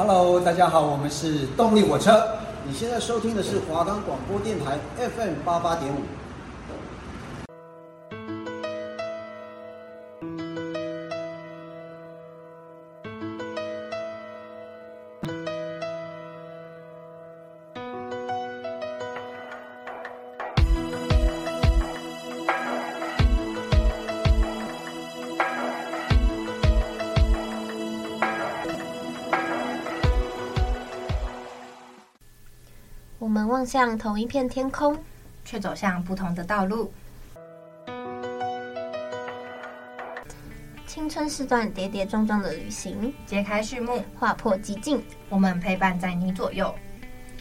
Hello，大家好，我们是动力火车。你现在收听的是华冈广播电台 FM 八八点五。我们望向同一片天空，却走向不同的道路。青春是段跌跌撞撞的旅行，揭开序幕，划破寂静。我们陪伴在你左右。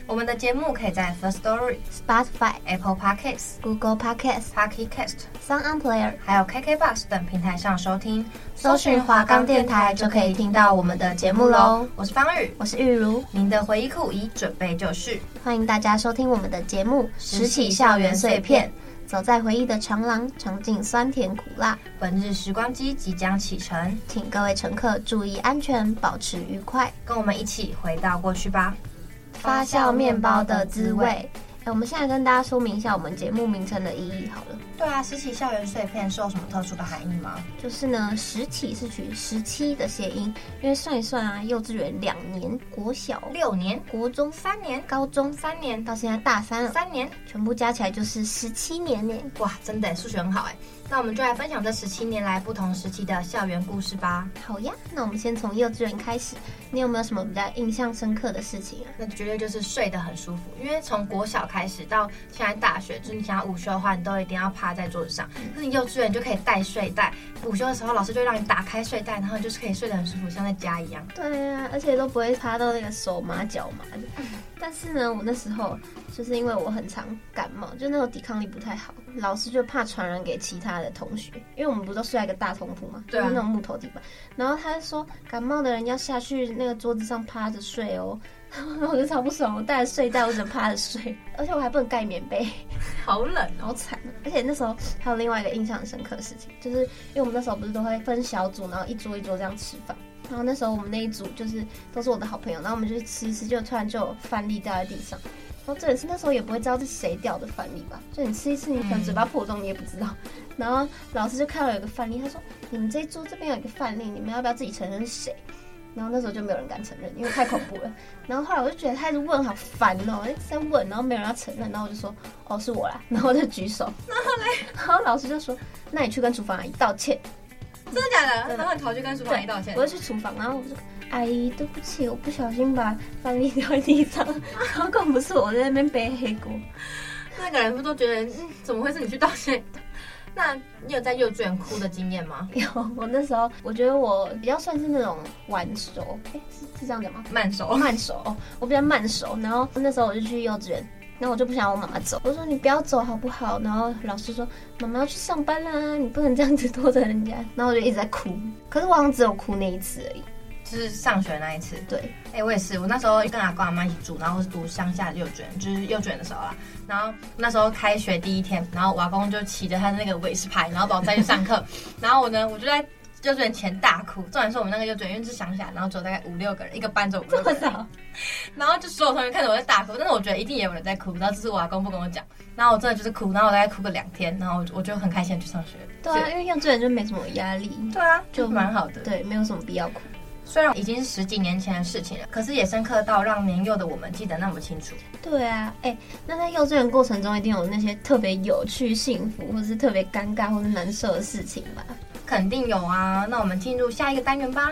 我们的节目可以在 First Story、 Spotify、 Apple Podcasts、 Google Podcast、 Pocket Cast、 Sound On Player，还有 KKBox 等平台上收听，搜寻华冈电台就可以听到我们的节目喽。我是方宇，我是玉如，您的回忆库已准备就绪。欢迎大家收听我们的节目《拾起校园碎片》，走在回忆的长廊，尝尽酸甜苦辣。本日时光机即将启程，请各位乘客注意安全，保持愉快。跟我们一起回到过去吧。发酵面包的滋味。哎、我们现在跟大家说明一下我们节目名称的意义好了。对啊，拾起校园碎片是有什么特殊的含义吗？就是呢，十起是取十七的谐音，因为算一算啊，幼稚园两年，国小、六年、国中、三年、高中三年、到现在大三了，三年，全部加起来就是十七年呢。哇，真的数学很好哎。那我们就来分享这十七年来不同时期的校园故事吧。好呀，那我们先从幼稚园开始，你有没有什么比较印象深刻的事情啊？那绝对就是睡得很舒服，因为从国小开始到现在大学，就是你想要午休的话，你都一定要趴在桌子上。可是你幼稚园就可以带睡袋，午休的时候老师就会让你打开睡袋，然后你就是可以睡得很舒服，像在家一样。对呀、而且都不会擦到那个手麻脚麻的。但是呢，我那时候就是因为我很常感冒，就那时候抵抗力不太好，老师就怕传染给其他的同学，因为我们不都睡在一个大通铺嘛，就对啊是那种木头地板。然后他就说，感冒的人要下去那个桌子上趴着睡哦。 然后我就超不爽，我带着睡袋，我只能趴着睡，而且我还不能盖棉被。好冷好惨啊！而且那时候还有另外一个印象很深刻的事情，就是因为我们那时候不是都会分小组，然后一桌一桌这样吃饭。然后那时候我们那一组就是都是我的好朋友，然后我们就去吃一吃，就突然就有饭粒掉在地上。然后重点是那时候也不会知道是谁掉的饭粒吧，就你吃一吃，你可能嘴巴破洞你也不知道。然后老师就看到有一个饭粒，他说：“你们这一桌这边有一个饭粒，你们要不要自己承认是谁？”然后那时候就没有人敢承认，因为太恐怖了。然后后来我就觉得他一直问，好烦哦，一直在问，然后没有人要承认，然后我就说：“哦，是我啦。”然后我就举手， 然后嘞，然后老师就说：“那你去跟厨房阿姨道歉。”真的假的真的然后你跑去跟厨房对，姨道歉我，就去厨房，然后我就阿姨，对不起，我不小心把饭粒掉地上， 然后根本不是我在那边背黑锅。 那个人不都觉得，嗯，怎么会是你去道歉？那你有在幼稚园哭的经验吗？有，我那时候我觉得我比较算是那种晚熟，哎、是是这样讲吗？ 慢我熟，慢熟，哦我比较慢熟。然后那时候我就去幼稚园，然后我就不想让我妈妈走，我说你不要走好不好？然后老师说妈妈要去上班啦，你不能这样子拖着人家。然后我就一直在哭，可是我好像只有哭那一次而已。就是上学那一次。对，哎、我也是，我那时候跟阿公阿妈一起住，然后我是读乡下的幼稚园，就是幼稚园的时候啦。然后那时候开学第一天，然后我阿公就骑着他的那个尾士牌，然后把我载去上课。然后我呢，我就在幼稚园前大哭。重点是我们那个幼稚园因为是乡下，然后只有大概五六个人，一个班 只有五六个人，少？然后就所有同学看着我在大哭，但是我觉得一定也有人在哭，然后只是我阿公不跟我讲。然后我真的就是哭，然后我大概哭个两天，然后我就我就很开心地去上学。对啊，因为幼稚园就没什么压力。对啊，就就蛮好的。对，没有什么必要哭。虽然已经是十几年前的事情了，可是也深刻到让年幼的我们记得那么清楚。对啊，哎、那在幼稚园过程中，一定有那些特别有趣、幸福，或是特别尴尬或是难受的事情吧？肯定有啊，那我们进入下一个单元吧。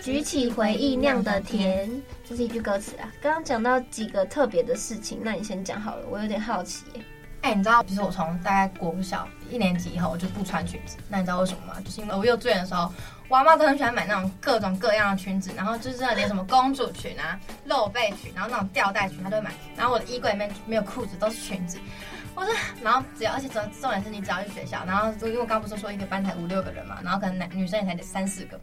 举起回忆酿的甜，这是一句歌词啊。刚刚讲到几个特别的事情，那你先讲好了，我有点好奇耶、哎、你知道，其实我从大概国小一年级以后，我就不穿裙子。那你知道为什么吗？就是因为我幼稚园的时候，我阿妈都很喜欢买那种各种各样的裙子，然后就是真的连什么公主裙啊、露背裙，然后那种吊带裙，她都会买。然后我的衣柜里面没有裤子，都是裙子。我说，然后只要，而且重重点是你只要去学校，然后因为我刚不是说一个班才五六个人嘛，然后可能男女生也才得三四个，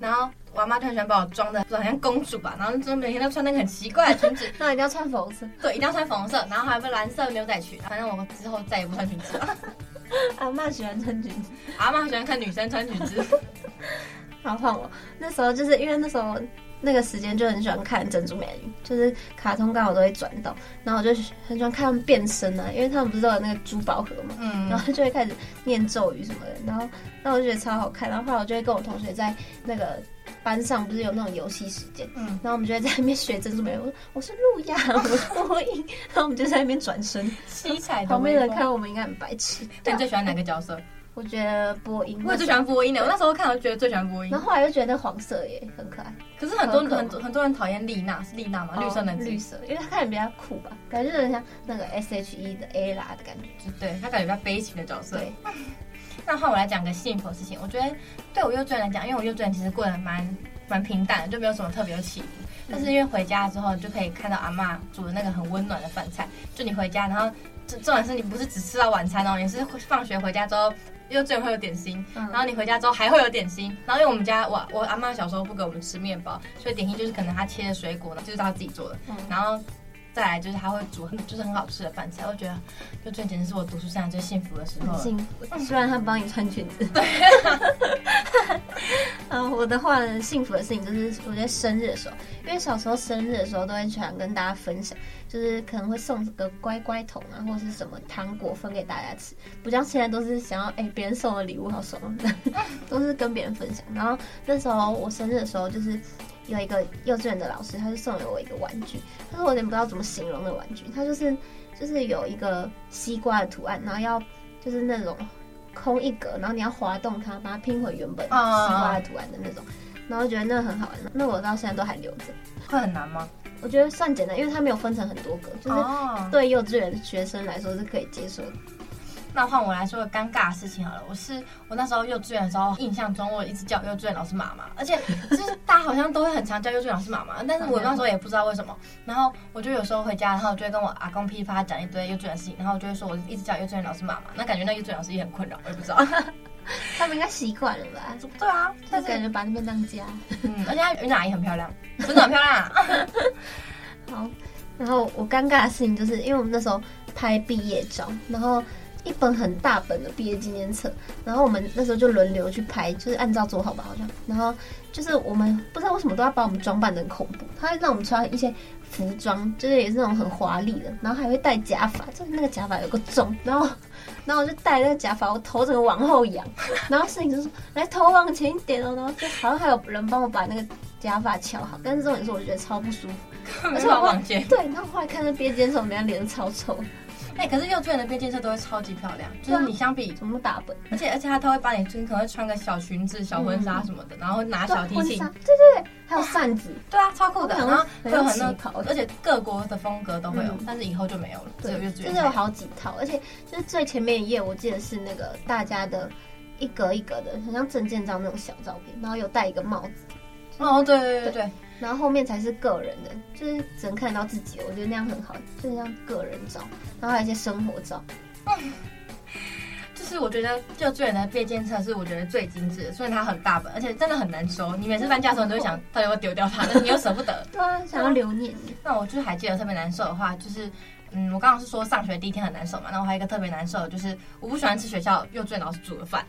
然后我阿妈就很喜欢把我装的好像公主吧，然后就每天都穿那个很奇怪的裙子， 那一定要穿粉红色。对，一定要穿粉红色，然后还有个蓝色牛仔裙。反正我之后再也不穿裙子了。 阿妈喜欢穿裙子。阿妈喜欢看女生穿裙子，然后换我，那时候就是因为那时候那个时间就很喜欢看《珍珠美人鱼》，就是卡通刚好都会转到，然后我就很喜欢看他们变身啊，因为他们不是都有那个珠宝盒嘛，然嗯，后就会开始念咒语什么的，然后那我就觉得超好看，然后后来我就会跟我同学在那个班上不是有那种游戏时间，嗯然后我们就会在那边学珍珠美人，我说我是路亚，我是波音，然后我们就在那边转 身， 七彩的旁边的微人风看到我们应该很白痴，那你最喜欢哪个角色？我觉得波音，我也最喜欢波音欸的，我那时候看我就觉得最喜欢波音然。后后来又觉得那黄色也很可爱，可是很多很可很多很多人讨厌丽娜，是丽娜吗？绿色能哦绿力，色，因为它看起来比较酷吧，感觉就很像那个 S H E 的 A 啦的感觉。对她感觉比较悲情的角色。对，那换我来讲个幸福的事情，我觉得对我幼稚园来讲，因为我幼稚园其实过得蛮蛮平淡的，就没有什么特别的起伏。但嗯是因为回家之后，你就可以看到阿嬷煮的那个很温暖的饭菜。就你回家，然后这重点是你不是只吃到晚餐哦，你是放学回家之后，幼稚园会有点心，嗯然后你回家之后还会有点心。然后因为我们家我我阿嬷小时候不给我们吃面包，所以点心就是可能她切的水果呢，就是她自己做的，嗯然后。再来就是她会煮很就是很好吃的饭菜，我觉得幼稚园简直是我读书生涯最幸福的时候很了。幸福，虽然他帮你穿裙子。 嗯，我的话呢，幸福的事情就是我在生日的时候，因为小时候生日的时候都会喜欢跟大家分享，就是可能会送个乖乖桶啊，或是什么糖果分给大家吃，不像现在都是想要哎别、人送的礼物好爽 啊，都是跟别人分享。然后那时候我生日的时候，就是有一个幼稚园的老师，他就送给我一个玩具，但是我有点不知道怎么形容那个玩具，它就是就是有一个西瓜的图案，然后要就是那种空一格，然后你要滑动它，把它拼回原嗯本西瓜的图案的那种，然后觉得那个很好玩，那我到现在都还留着。会很难吗？我觉得算简单，因为它没有分成很多格，就是哦，对幼稚园的学生来说是可以接受的。那换我来说个尴尬的事情好了。我是我那时候幼稚园的时候，印象中我一直叫幼稚园老师妈妈，而且就是 大家好像都会很常叫幼稚园老师妈妈，但是我那时候也不知道为什么。然后我就有时候回家，然后就会跟我阿公噼啪讲一堆幼稚园的事情，然后我就会说我一直叫幼稚园老师妈妈，那感觉那幼稚园老师也很困扰，我也不知道。 他们应该习惯了吧？对啊，就但是感是觉把那边当家。嗯，而且她云南阿姨很漂亮，真的很漂亮 啊。好，然后我尴尬的事情就是，因为我们那时候拍毕业照，然后一本很大本的毕业纪念册，然后我们那时候就轮流去拍，就是按照做好吧，好像，然后就是我们不知道为什么都要把我们装扮的很恐怖，他会让我们穿一些服装，就是也是那种很华丽的，然后还会戴假发，就是那个假发有个重，然后。 然后我就戴那个假发，我头整个往后仰，然后摄影师说：“来，哎头往前一点哦。”然后就好像还有人帮我把那个假发翘好，但是重点是我觉得超不舒服。没办法往前。哎对，然后后来看那边间的时候，我们家脸超丑，哎、可是幼稚园的边界色都会超级漂亮，啊就是你相比怎么打本？而且而且他他会帮你，你可能会穿个小裙子、小婚纱什么的，然后拿小提对啊婚，琴纱对对对，还有扇子，对啊，超酷的。我想然后会很有像很多旗袍的而且各国的风格都会有嗯，但是以后就没有了，只有对，幼稚就园是有才有。好几套，而且就是最前面一页，我记得是那个大家的一格一格的，很像证件照那种小照片，然后有戴一个帽子，哦，对对对对，然后后面才是个人的，就是只能看得到自己的，我觉得那样很好，就是像个人照，然后还有一些生活照，就是我觉得幼稚园的便签册是我觉得最精致的，虽然它很大本，而且真的很难收。你每次搬家的时候，你都会哦想到底要不要丢掉它，但是你又舍不 得。对啊，想要留念。那我就是还记得特别难受的话，就是嗯，我刚刚是说上学第一天很难受嘛，那我还有一个特别难受的就是我不喜欢吃学校幼稚园老师煮的饭。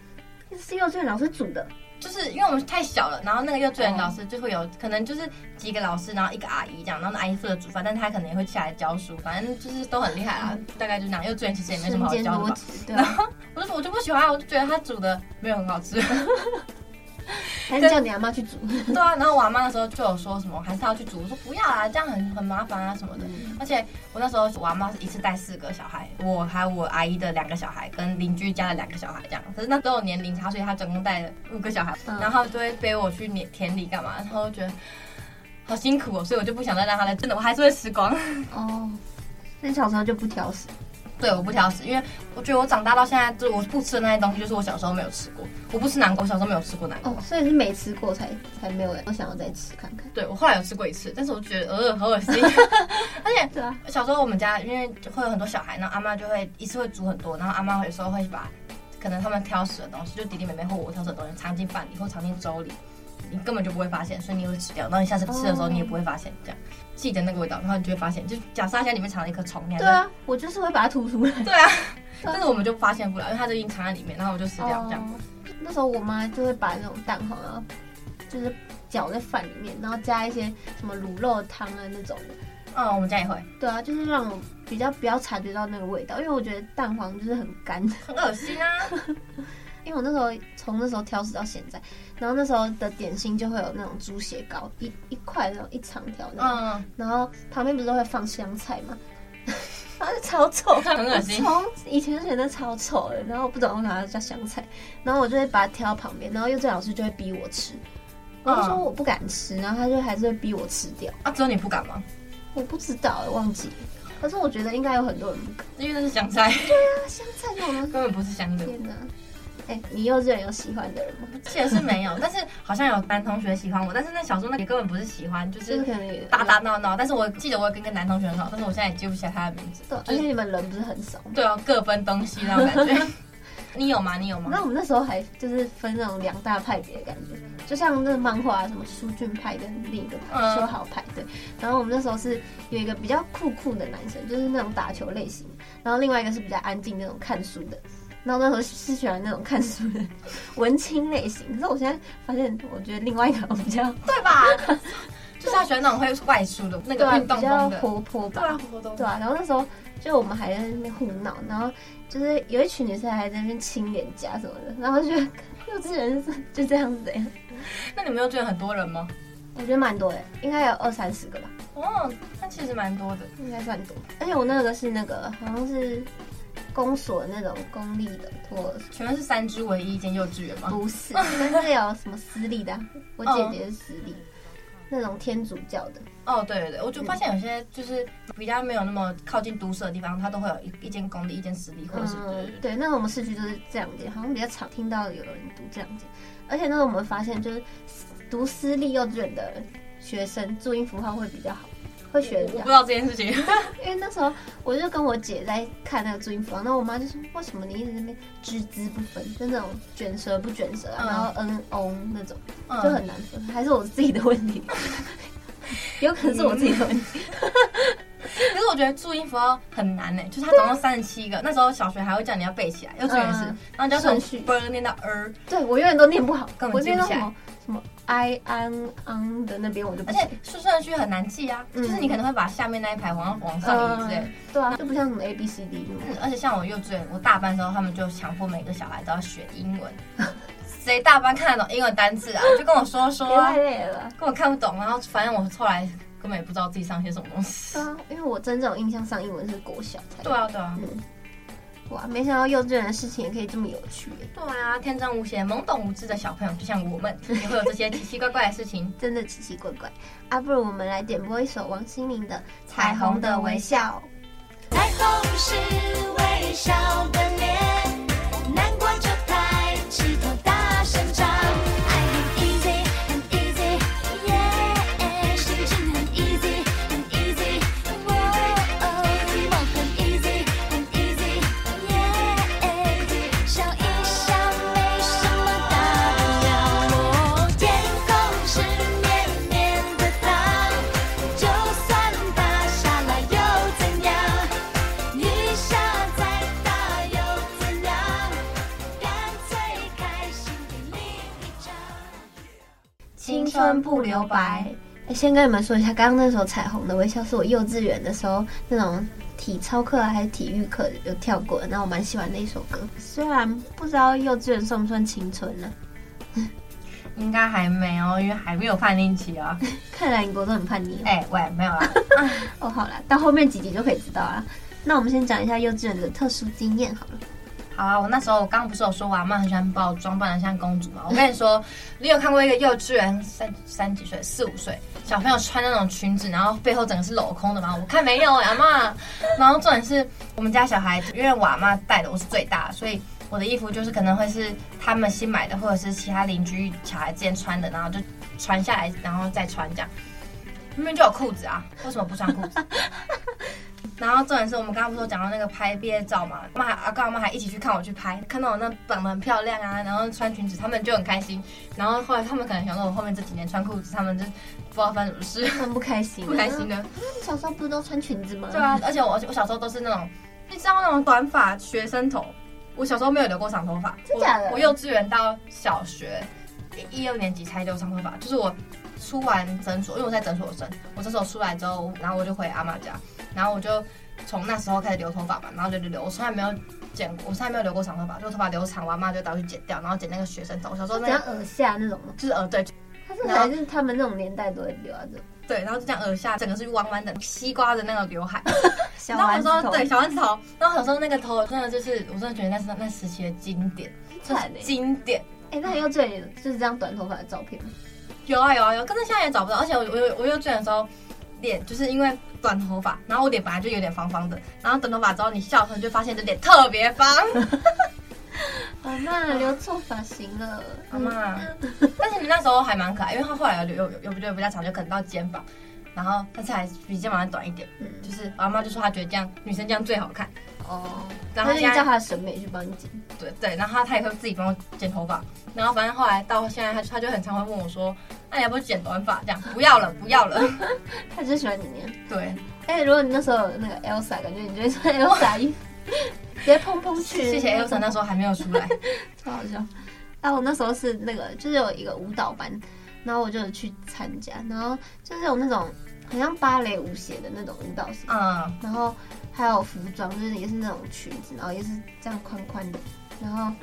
是幼稚园老师煮的，就是因为我们太小了，然后那个幼稚园老师就会有可能就是几个老师，然后一个阿姨这样，然后那阿姨负责煮饭，但她可能也会起来教书，反正就是都很厉害啦。大概就那样，幼稚园其实也没什身么好兼教多的吧。职，对啊，我就我就不喜欢，我就觉得她煮的没有很好吃。还是叫你阿妈去 煮。对啊，然后我阿妈那时候就有说什么，还是要去煮，我说不要啦，这样很很麻烦啊什么的。而且我那时候我阿妈是一次带四个小孩，我还有我阿姨的两个小孩，跟邻居家的两个小孩这样。可是那都有年龄差，所以她总共带了五个小孩，嗯然后她就会背我去田田里干嘛，然后我就觉得。好辛苦哦，所以我就不想再让她来，真的，我还是会吃光。 哦，所以小时候就不挑食。对，我不挑食，因为我觉得我长大到现在，就我不吃的那些东西，就是我小时候没有吃过。我不吃南瓜，我小时候没有吃过南瓜。哦，所以是没吃过才才没有人，我想要再吃看看。对我后来有吃过一次，但是我就觉得呃好恶心，而且对啊，小时候我们家因为会有很多小孩，然后阿妈就会一次会煮很多，然后阿妈有时候会把可能他们挑食的东西，就弟弟妹妹或我挑食的东西藏进饭里或藏进粥里，你根本就不会发现，所以你会吃掉。然后你下次吃的时候哦你也不会发现，这样记得那个味道，然后你就会发现，就假设它现在里面藏了一颗虫，你还对是，啊，我就是会把它吐出来。对啊，但是我们就发现不了，因为它就已经哦藏在里面，然后我就吃掉这样。那时候我妈就会把那种蛋黄啊，就是搅在饭里面，然后加一些什么卤肉汤啊那种的。嗯，我们家也会，对啊，就是让我比较不要察觉到那个味道，因为我觉得蛋黄就是很干。 很恶心啊。因为我那时候从那时候挑食到现在，然后那时候的点心就会有那种猪血糕，一一块那种一长条那种，嗯，然后旁边不是都会放香菜吗？ 然后就超臭， 很恶心从以前就觉得超臭的，然后我不懂为啥叫香菜，然后我就会把它挑到旁边，然后幼稚园老师就会逼我吃，我就说嗯我不敢吃，然后他就还是会逼我吃掉，啊，只有你不敢吗？我不知道、欸、忘记了，可是我觉得应该有很多人不敢。因为那是香菜，那香菜这种东西，根本不是香的。天哪！哎、你幼稚园有喜欢的人吗？记得是没有，但是好像有男同学喜欢我，但是那小时候那也根本不是喜欢，就就是是可能也打打闹闹。但是我记得我有跟一个男同学很好，但是我现在也记不起来他的名字。对，而且你们人不是很少吗？对啊，各奔东西那种感觉。 你有吗？你有吗那？我们那时候还就是分那种两大派别的感觉，就像那漫画、啊、什么书俊派跟另一个嗯修好派对。然后我们那时候是有一个比较酷酷的男生，就是那种打球类型，然后另外一个是比较安静那种看书的。然后那时候是喜欢那种看书的文青类型，可是我现在发现，我觉得另外一个比较对吧？ 就是他喜欢那种会外出的那对个啊运动比较风的，活泼吧，对啊，活动对啊，然后那时候就我们还在那边胡闹，然后就是有一群女生还在那边亲脸颊啊什么的，然后就觉 得幼稚园是就这样子的呀，那你们幼稚园很多人吗？我觉得蛮多的，应该有二三十个吧，哦，那其实蛮多的。应该算多。而且我那个是那个好像是公所的那种公立的托儿所，全班是三支唯一一间幼稚园吗？不是，但是有什么私立的啊、我姐姐是私 立，嗯那种天主教的，哦，对对对，我就发现有些就是比较没有那么靠近都市的地方，它都会有一一间公立、一间私立，或者是对嗯对对，对，那我们市区就是这样子，好像比较常听到有人读这样子，而且那时候我们发现，就是读私立幼稚园的学生注音符号会比较好，会学的比我我较不好知。道这件事情。因为那时候我就跟我姐在看那个注音符号，然后我妈就说：“为什么你一直在那边只字不分，就那种卷舌不卷舌、啊，嗯然后嗯哦那种，嗯就很难分，还是我自己的问题。” 有可能是我自己的问题， 可是我觉得注音符号很难呢、欸就是它总共三十七个，那时候小学还会叫你要背起来，幼稚园也是嗯，然后你就顺要序从 b 念到 er，对我永远都念不好，根本我记不念到起什来么什么 i an an 的那边我就不而行且。顺顺序很难记啊，嗯就是你可能会把下面那一排往往上移之类的。对啊，就不像什么 A B C D 那种。嗯而且像我幼稚园，我大班的时候，他们就强迫每个小孩都要学英文，谁大班看得懂英文单字啊？ 就跟我说说别啊太，累了。跟我看不懂，然后反正我后来根本也不知道自己上些什么东西对。啊，因为我真正有印象上英文是国小才。 对啊，对啊，哇，没想到幼稚园的事情也可以这么有趣耶，对啊，天真无邪、懵懂无知的小朋友，就像我们，也会有这些奇奇怪怪的事情。真的奇奇怪怪。啊，不如我们来点播一首王心凌的《彩虹的微笑》。彩虹是微笑的脸，难过就抬起头大声唱。爱很 easy，很 easy，耶，心情很 easy，很 easy，哇哦，梦很 easy，很 easy，耶，笑一笑没什么大不了。天空是绵绵的糖，就算打下来又怎样？雨下再大又怎样？干脆开心给另一张。青春不留白。哎先跟你们说一下，刚刚那首《彩虹的微笑》是我幼稚园的时候那种体操课还是体育课有跳过的，那我蛮喜欢的一首歌。虽然不知道幼稚园算不算青春呢、应该还没哦，因为还没有叛逆期啊。看来你国中很叛逆哦。哎、喂，没有啦。哦，好啦，到后面几集就可以知道啦。那我们先讲一下幼稚园的特殊经验好了。好啊，我那时候我刚刚不是有说我阿妈很喜欢把我装扮的像公主嘛？我跟你说，你有看过一个幼稚园三三几岁、四五岁小朋友穿那种裙子，然后背后整个是镂空的吗？我看没有、欸、阿妈。然后重点是我们家小孩，因为我阿妈带的，我是最大，所以我的衣服就是可能会是他们新买的，或者是其他邻居小孩之间穿的，然后就传下来，然后再穿这样。明明就有裤子啊，为什么不穿裤子？然后重点是我们刚刚不是有讲到那个拍毕业照嘛，妈阿公阿妈还一起去看我去拍，看到我那长得很漂亮啊，然后穿裙子，他们就很开心。然后后来他们可能想到我后面这几年穿裤子，他们就不知道发生什么事，很不开心，不开心。的。你小时候不是都穿裙子吗？对啊，而且我我小时候都是那种，你知道那种短发学生头，我小时候没有留过长头发，真假的我？我幼稚园到小学一一二年级才留长头发，就是我出完诊所，因为我在诊所生，我这时候出来之后，然后我就回阿妈家，然后我就从那时候开始留头发嘛，然后就留，我从来没有剪过，我从来没有留过长头发，就头发留长，我阿妈就带我去剪掉，然后剪那个学生头。我小时候只那要个耳下那种吗？就是呃对他是还是他们那种年代都会留啊，这种对，然后就这样耳下整个是弯弯的西瓜的那个刘海，小然后丸有子时候头对小丸子头，然后有时候那个头真的就是，我真的觉得那是那时期的经典，就是惨欸经典。哎、那幼稚园有就是这样短头发的照片吗？有啊有啊有，可是现在也找不到。而且我我我我幼稚园的时候，脸就是因为短头发，然后我脸本来就有点方方的，然后短头发之后你笑的时候你就发现你的脸特别 方。阿妈啊留错发型了，阿妈，但是你那时候还蛮可爱，因为他后来有有有有有比较长，就可能到肩膀，然后但是还比肩膀还短一点。嗯，就是我阿妈就说她觉得这样女生这样最好看，哦，然然后后现就在叫他的审美去帮你剪，对对，然后她她也会自己帮我剪头发，然后反正后来到现在她她就很常会问我说，那、你要不要剪短发？这样不要了不要了，他就喜欢你那样。对， 哎、如果你那时候有那个 Elsa，感觉你就会穿 Elsa 衣服， 直接蓬蓬裙。谢谢 Elsa 那时候还没有出来，超好笑。啊，我那时候是那个，就是有一个舞蹈班，然后我就有去参加，然后就是有那种很像芭蕾舞鞋的那种舞蹈鞋，嗯。然后还有服装，就是也是那种裙子，然后也是这样宽宽的，然后。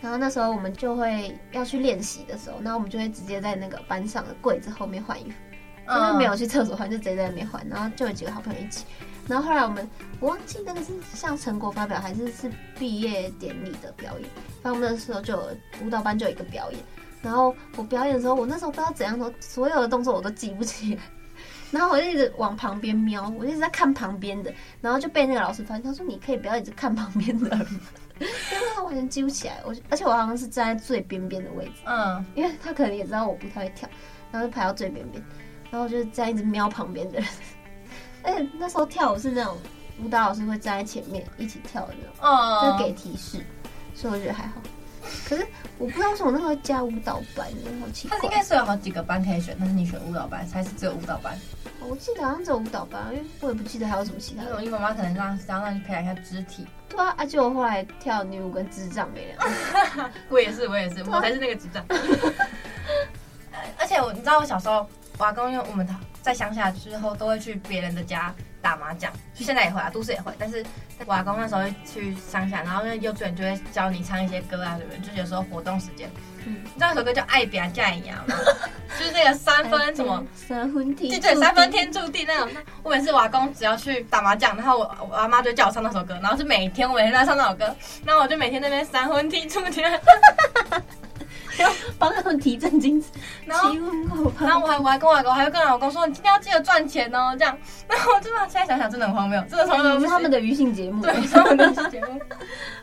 然后那时候我们就会要去练习的时候，然后我们就会直接在那个班上的柜子后面换衣服，嗯就是没有去厕所换，就直接在那边换。然后就有几个好朋友一起。然后后来我们我忘记那个是像成果发表还是是毕业典礼的表演，反正我们那时候就有舞蹈班就有一个表演。然后我表演的时候，我那时候不知道怎样的，所有的动作我都记不起来。然后我就一直往旁边瞄，我就一直在看旁边的，然后就被那个老师发现，他说你可以不要一直看旁边的人吗， 因为他完全记不起来。我就而且我好像是站在最边边的位置。嗯，因为他可能也知道我不太会跳，然后就排到最边边，然后我就这样一直瞄旁边的人。 而且那时候跳舞是那种舞蹈老师会站在前面一起跳的那种，哦，就给提示，所以我觉得还好。可是我不知道为什么那时候加舞蹈班，好奇他怪应。该是有好几个班可以选，但是你选舞蹈班，还是只有舞蹈班？嗯我记得好像只有舞蹈班，因为我也不记得还有什么其他因为我的。因为妈妈可能让想让你培养一下肢体。对啊，而且我后来跳女舞跟智障欸没两样。我也是，我也是，我才是那个智障。 而且我，你知道我小时候，我阿公因为我们在乡下之后都会去别人的家打麻将，现在也会啊，都市也会。但是我阿公那时候会去乡下，然后因为幼稚园就会教你唱一些歌啊什么的，就是有时候活动时间，嗯你知道有首歌叫《爱表嫁一样》 吗？就是那个三分什么。三分天对注定？对，三分天注定那种。我每次我阿公只要去打麻将，然后我我阿妈就叫我唱那首歌，然后是每天我每天都在唱那首歌，然后我就每天在那边三分天注定。 帮他们提振精神。然后欺负我吧 然后我还我还跟我阿公还会跟老公说，你今天要记得赚钱哦，这样。 然后我就把现在想想真的很荒谬，真的从来你是不是嗯他们的娱性节目。对 他们的节目。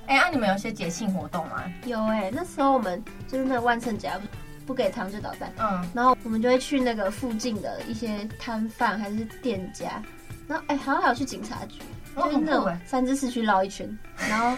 哎，那、你们有一些节庆活动吗？有哎、那时候我们就是那个万圣节啊不给糖就捣蛋，嗯，然后我们就会去那个附近的一些摊贩还是店家，然后哎、好像还有去警察局，哦就是那很酷种欸三只市区绕一圈，然后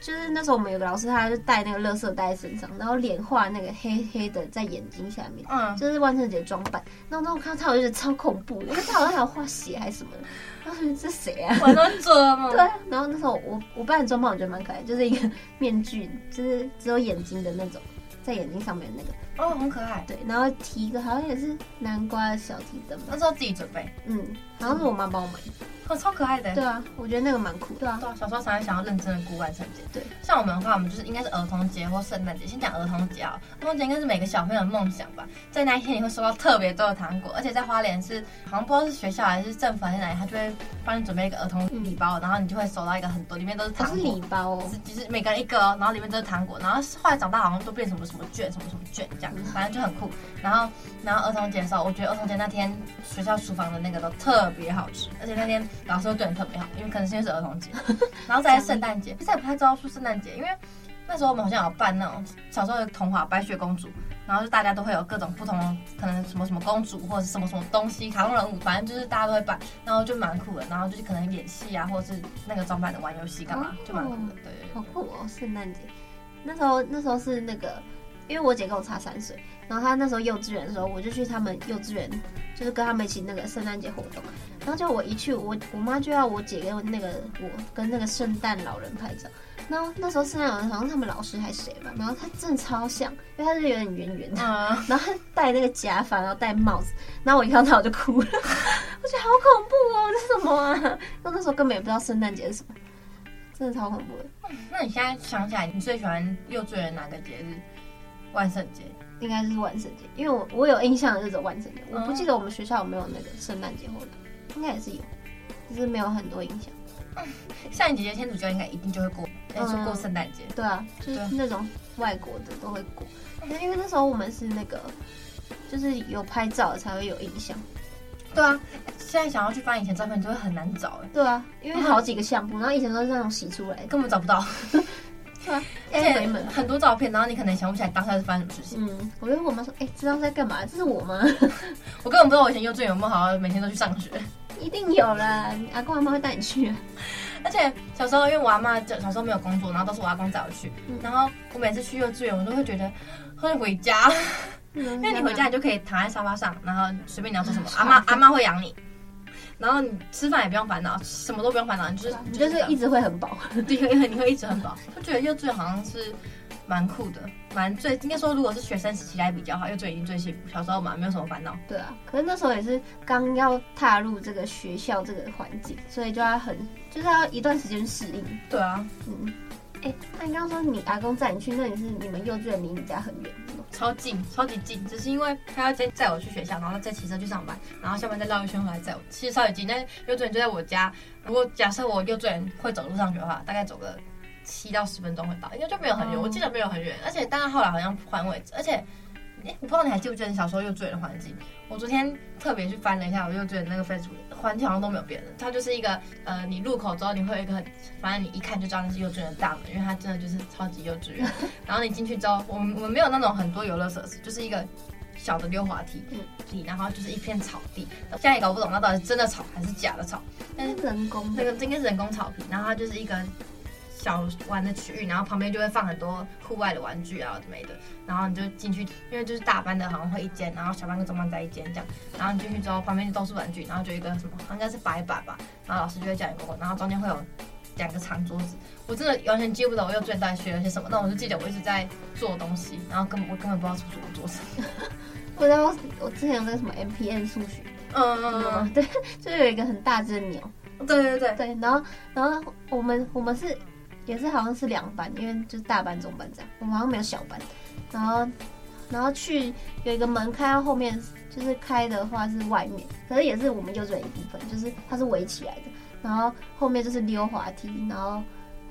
就是那时候我们有个老师，他就带那个垃圾袋在身上，然后脸画那个黑黑的在眼睛下面。嗯，就是万圣节装扮，然后当我看到他，我就觉得超恐怖，因为他好像还有画血还是什么的，然后我就觉得这谁啊？我都做梦对。啊，然后那时候我我扮的装扮我觉得蛮可爱，就是一个面具，就是只有眼睛的那种，在眼睛上面的那个。哦，很可爱。对，然后提一个好像也是南瓜的小提灯吧，那时候自己准备，嗯，好像是我妈帮我买的。哦，超可爱的。对啊，我觉得那个蛮酷的。对啊，对啊，小时候常常想要认真的过万圣节。对，像我们的话，我们就是应该是儿童节或圣诞节。先讲儿童节啊，儿童节应该是每个小朋友的梦想吧。在那一天，你会收到特别多的糖果，而且在花莲是好像不知道是学校还是政府还是哪里，他就会帮你准备一个儿童礼包，然后你就会收到一个很多，里面都是它糖是果。礼包哦。是就是每个人一个哦，然后里面都是糖果，然后后来长大好像都变什么什么卷，什么什么卷这样，反正就很酷。然后然后儿童节的时候，我觉得儿童节那天学校厨房的那个都特别好吃，而且那天老师都对你特别好，因为可能是因为是儿童节，然后再来圣诞节，现在不太知道说圣诞节，因为那时候我们好像有办那种小时候有童话白雪公主，然后就大家都会有各种不同的，可能什么什么公主或者是什么什么东西，卡通人物，反正就是大家都会办，然后就蛮酷的，然后就是可能演戏啊，或者是那个装扮的玩游戏干嘛，就蛮酷的，对对对。好酷哦！圣诞节那时候，那时候是那个，因为我姐跟我差三岁，然后她那时候幼稚园的时候，我就去他们幼稚园，就是跟他们一起那个圣诞节活动。然后就我一去，我我妈就要我姐跟那个我跟那个圣诞老人拍照，然后那时候圣诞老人好像他们老师还是谁吧，然后他真的超像，因为他是有点圆圆的，嗯，然后他戴那个假发，然后戴帽子，然后我一看到他我就哭了， 我觉得好恐怖哦，这是什么啊？那那时候根本也不知道圣诞节是什么，真的超恐怖的。那你现在想起来，你最喜欢幼稚园哪个节日？万圣节。应该是万圣节，因为我我有印象的是走万圣节，嗯我不记得我们学校有没有那个圣诞节活动，应该也是有，只是没有很多印象。像你姐姐天主教应该一定就会过，但是过圣诞节。对啊，就是对那种外国的都会过，可是因为那时候我们是那个，就是有拍照才会有印象。对啊，现在想要去翻以前照片，就会很难找，哎，对啊，因为好几个相簿，然后以前都是那种洗出来的，根本找不到。对啊，而在且北门。很多照片，然后你可能想不起来当下是发生什么事情。嗯，我就问我妈说，哎、知道在干嘛？这是我吗？ 我根本不知道我以前幼稚园有没有好好每天都去上学。一定有啦，你阿公阿妈会带你去、啊。而且小时候因为我阿妈小时候没有工作，然后都是我阿公载我去，嗯然后我每次去幼稚园，我都会觉得会回家，因因嗯为你回家你就可以躺在沙发上，然后随便你要做什么，嗯阿妈爽阿妈会养你。然后你吃饭也不用烦恼，什么都不用烦恼，你就是你啊就是一直会很饱。直对， 你会一直很饱。就觉得幼稚园好像是蛮酷的，蛮最应该说，如果是学生时期来比较好，幼稚园已经最幸福。小时候嘛，没有什么烦恼。对啊，可是那时候也是刚要踏入这个学校这个环境，所以就要很就是要一段时间适应。对啊，嗯，哎、那你刚刚说你阿公载你去，那你是你们幼稚园离你家很远是吗？超近，超级近，只是因为他要再载我去学校，然后再骑车去上班，然后下班再绕一圈回来载我，其实超级近。但是幼稚园就在我家，如果假设我幼稚园会走路上学的话，大概走个七到十分钟会到，应该就没有很远。哦我记得没有很远，而且当然后来好像换位置，而且。哎，我不知道你还记不记得你小时候幼稚园的环境？我昨天特别去翻了一下我幼稚园那个 Facebook，环境好像都没有变的。它就是一个呃，你入口之后你会有一个很，反正你一看就知道那是幼稚园的大门，因为它真的就是超级幼稚园。然后你进去之后，我们我们没有那种很多游乐设施，就是一个小的溜滑梯嗯里，然后就是一片草地。现在也搞不懂那到底是真的草还是假的草，但那是是人工那的，个这应该是人工草坪，然后它就是一个小玩的区域，然后旁边就会放很多户外的玩具啊之类的，然后你就进去，因为就是大班的好像会一间，然后小班跟中班在一间这样，然后你进去之后旁边就都是玩具，然后就一个什么嗯应该是白板吧，然后老师就会叫你过，然后中间会有。两个长桌子，我真的完全记不得我幼稚园到底学了些什么，但我就记得我一直在做东西，然后根本我根本不知道做什么做什么。我知道我之前有那个什么 M P N 数学，嗯你知嗯道嗯吗？对， 就是有一个很大只的鸟，嗯，对对对，对，然后然后我们我们是也是好像是两班，因为就是大班中班这样，我们好像没有小班，然后然后去有一个门开到后面，就是开的话是外面，可是也是我们幼稚园一部分，就是它是围起来的，然后后面就是溜滑梯，然后。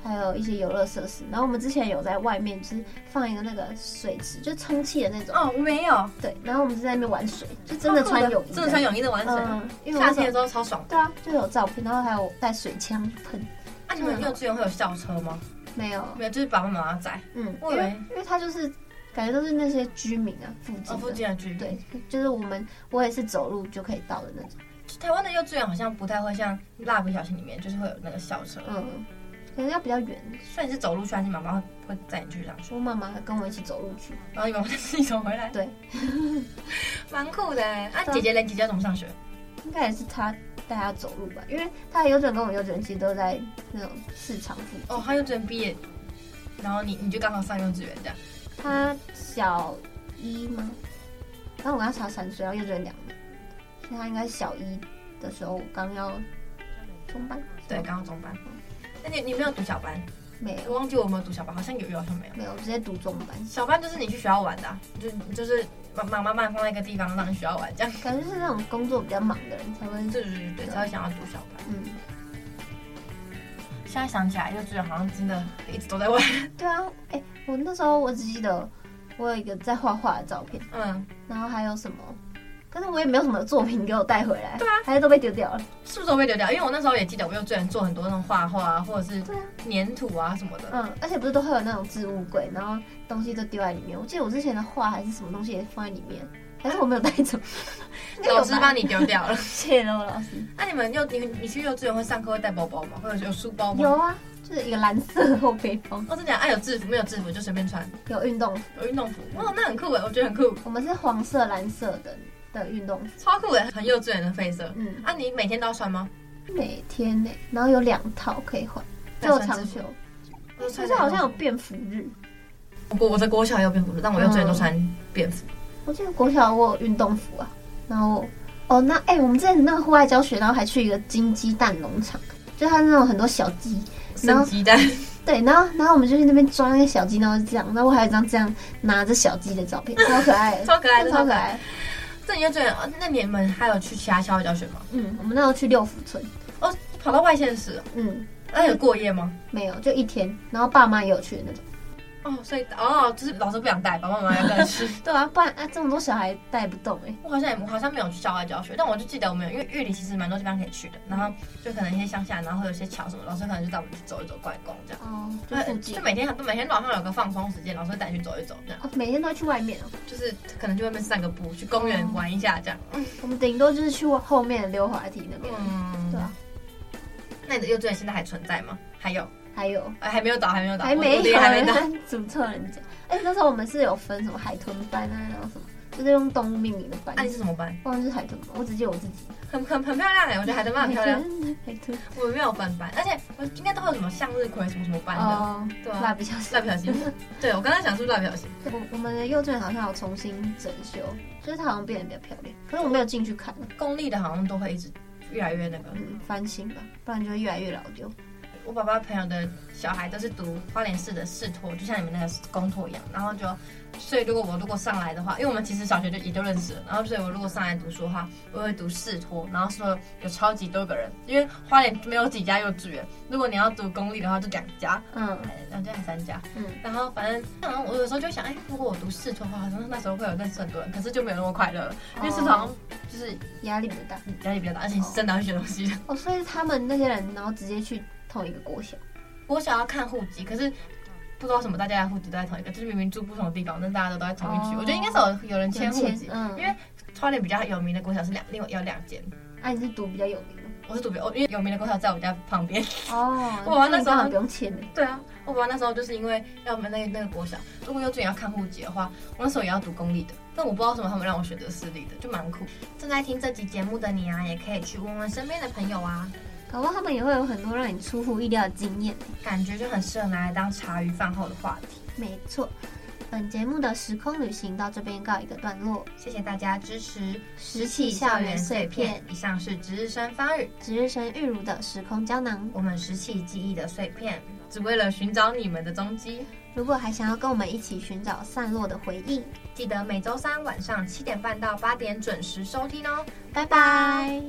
还有一些游乐设施，然后我们之前有在外面就是放一个那个水池，就充气的那种，哦，我没有，对，然后我们就在那边玩水，就真的穿泳衣这样，哦真的穿泳衣的玩水，嗯，因为我夏那时候天的时候超爽。对啊，就有照片，然后还有带水枪去喷。啊，你们幼稚园会有校车吗？没有，没有，就是爸爸妈妈在。嗯，我以因为为因为他就是感觉都是那些居民啊，附近的、哦，附近的居民。对，就是我们我也是走路就可以到的那种，台湾的幼稚园好像不太会像蜡笔小新里面，就是会有那个校车。嗯，可能要比较远。所以你是走路去，还是妈妈会载你去上学？我妈妈跟我一起走路去，然后你妈妈再自己走回来？对，蛮酷的欸。啊，对啊姐姐嘞，姐姐要怎么上学？应该也是她带她走路吧，因为她的幼稚园跟我幼稚园其实都在那种市场附近。哦，她幼稚园毕业，然后你你就刚好上幼稚园这样。她小一吗？然后我跟她差三岁，然后幼稚园两年，所以她应该小一的时候我刚要中班，对，刚好中班。那你你没有读小班？没有我忘记我有没有读小班，好像有，有好像没有。没有，我直接读中班。小班就是你去学校玩的啊、就就是妈妈妈妈放在一个地方让你学校玩这样。感觉是那种工作比较忙的人才会，对对对对，才会想要读小班。嗯，现在想起来，幼稚园好像真的一直都在玩。对啊，哎、我那时候我只记得我有一个在画画的照片， 嗯，然后还有什么，可是我也没有什么作品给我带回来，对啊，还是都被丢掉了，是不是我被丢掉？因为我那时候也记得，我幼稚园做很多那种画画啊，或者是对啊，粘土啊什么的。嗯，而且不是都会有那种置物柜，然后东西都丢嗯在里面，我记得我之前的画还是什么东西也放在里面，还是我没有带 走，应该有吧啊老师帮你丢掉了。谢喽老师， 那、你们幼你你去幼稚园会上课会带包包吗？会有有书包吗？有。啊，就是一个蓝色的后背包，哦，真的假的？啊，有制服没有制服就随便穿，有运动服，有运动服。哇，那很酷哎，我觉得很酷，我们是黄色蓝色的的运动服，超酷哎，很幼稚园的配色。嗯。啊，你每天都要穿吗？每天呢、然后有两套可以换，就有长袖，就是穿不是好像有便服日？我我的国小也有便服但我幼稚园都穿嗯便服。我记得国小我有运动服啊，然后哦那哎、我们之前那个户外教学，然后还去一个金鸡蛋农场，就它那种很多小鸡，然生后鸡蛋，对，然后然后我们就去那边装那个小鸡，然后就这样，然后我还有一张这样拿着小鸡的照片， 超可爱的， 超可爱真的的超可爱的。这幼稚园，哦那你们还有去其他校外教学吗？嗯，我们那时候去六福村，哦，跑到外县市，嗯，那有过夜吗？没有就一天，然后爸妈也有去的那种。哦，所以哦，就是老师不想带，爸爸妈妈要带去。对啊，不然啊这么多小孩带不动哎、 我好像也我好像没有去校外教学，但我就记得我们有，因为玉里其实蛮多地方可以去的，然后就可能一些乡下，然后会有一些桥什么，老师可能就带我们去走一走、逛一逛这样。哦，就呃附近就。每天每天早上有个放松时间，老师会带你去走一走，这样哦，每天都要去外面哦。就是可能去外面散个步，去公园玩一下这样。我们顶多就是去后面的溜滑梯那边。嗯，对啊。那你的幼稚园现在还存在吗？还有，还有呃，还没有倒，还没有倒，还没我我弟有啊还没倒。 人诅咒人家。哎、那时候我们是有分什么海豚班啊，然后什么，就是用动物命名的班那、。你是什么班？忘记是海豚班，我只记得我自己。很很很漂亮哎、我觉得海豚班很漂亮。海豚。我没有分班，而且我应该都会有什么向日葵什么什么班的。哦，对啊蜡笔小新。蜡笔小新，对我刚刚想是不是蜡笔小新？我我们的幼稚园好像有重新整修，就是它好像变得比较漂亮，可是我没有进去看，公立的好像都会一直越来越那个。嗯，翻新吧，不然就会越来越老旧。我爸爸朋友的小孩都是读花莲市的市托，就像你们那个公托一样。然后就，所以如果我如果上来的话，因为我们其实小学就也就认识了，然后所以我如果上来读书的话，我会读市托，然后说有超级多个人，因为花莲没有几家幼稚园，如果你要读公立的话就两家，嗯哎两家还三家，嗯，然后反正，然后我有时候就想，哎，如果我读市托的话，好像那时候会有认识很多人，可是就没有那么快乐了，因为市托好像就是压力比较大。压力比较大，而且你是 真的要去学东西的。哦，所以他们那些人，然后直接去同一个国小。我想要看户籍，可是不知道为什么大家的户籍都在同一个，就是明明住不同的地方，但大家都都在同一区。哦我觉得应该是有有人迁户籍，嗯，因为花莲比较有名的国小是两，另外有两间。啊，你是读比较有名的。我是读别，我因为有名的国小在我家旁边。哦，我玩那的你时候根本不用签的。对啊，我爸那时候就是因为要我们那那个国小，如果幼稚园要看户籍的话，我那时候也要读公立的，但我不知道为什么他们让我选择私立的，就蛮酷。正在听这集节目的你啊，也可以去问问身边的朋友啊，搞不好他们也会有很多让你出乎意料的经验。感觉就很适合拿来当茶余饭后的话题。没错，本节目的时空旅行到这边告一个段落。谢谢大家支持。拾起校园碎片，。以上是值日生方宇，值日生玉如的时空胶囊。我们拾起记忆的碎片，只为了寻找你们的踪迹。如果还想要跟我们一起寻找散落的回忆，记得每周三晚上七点半到八点准时收听哦。拜拜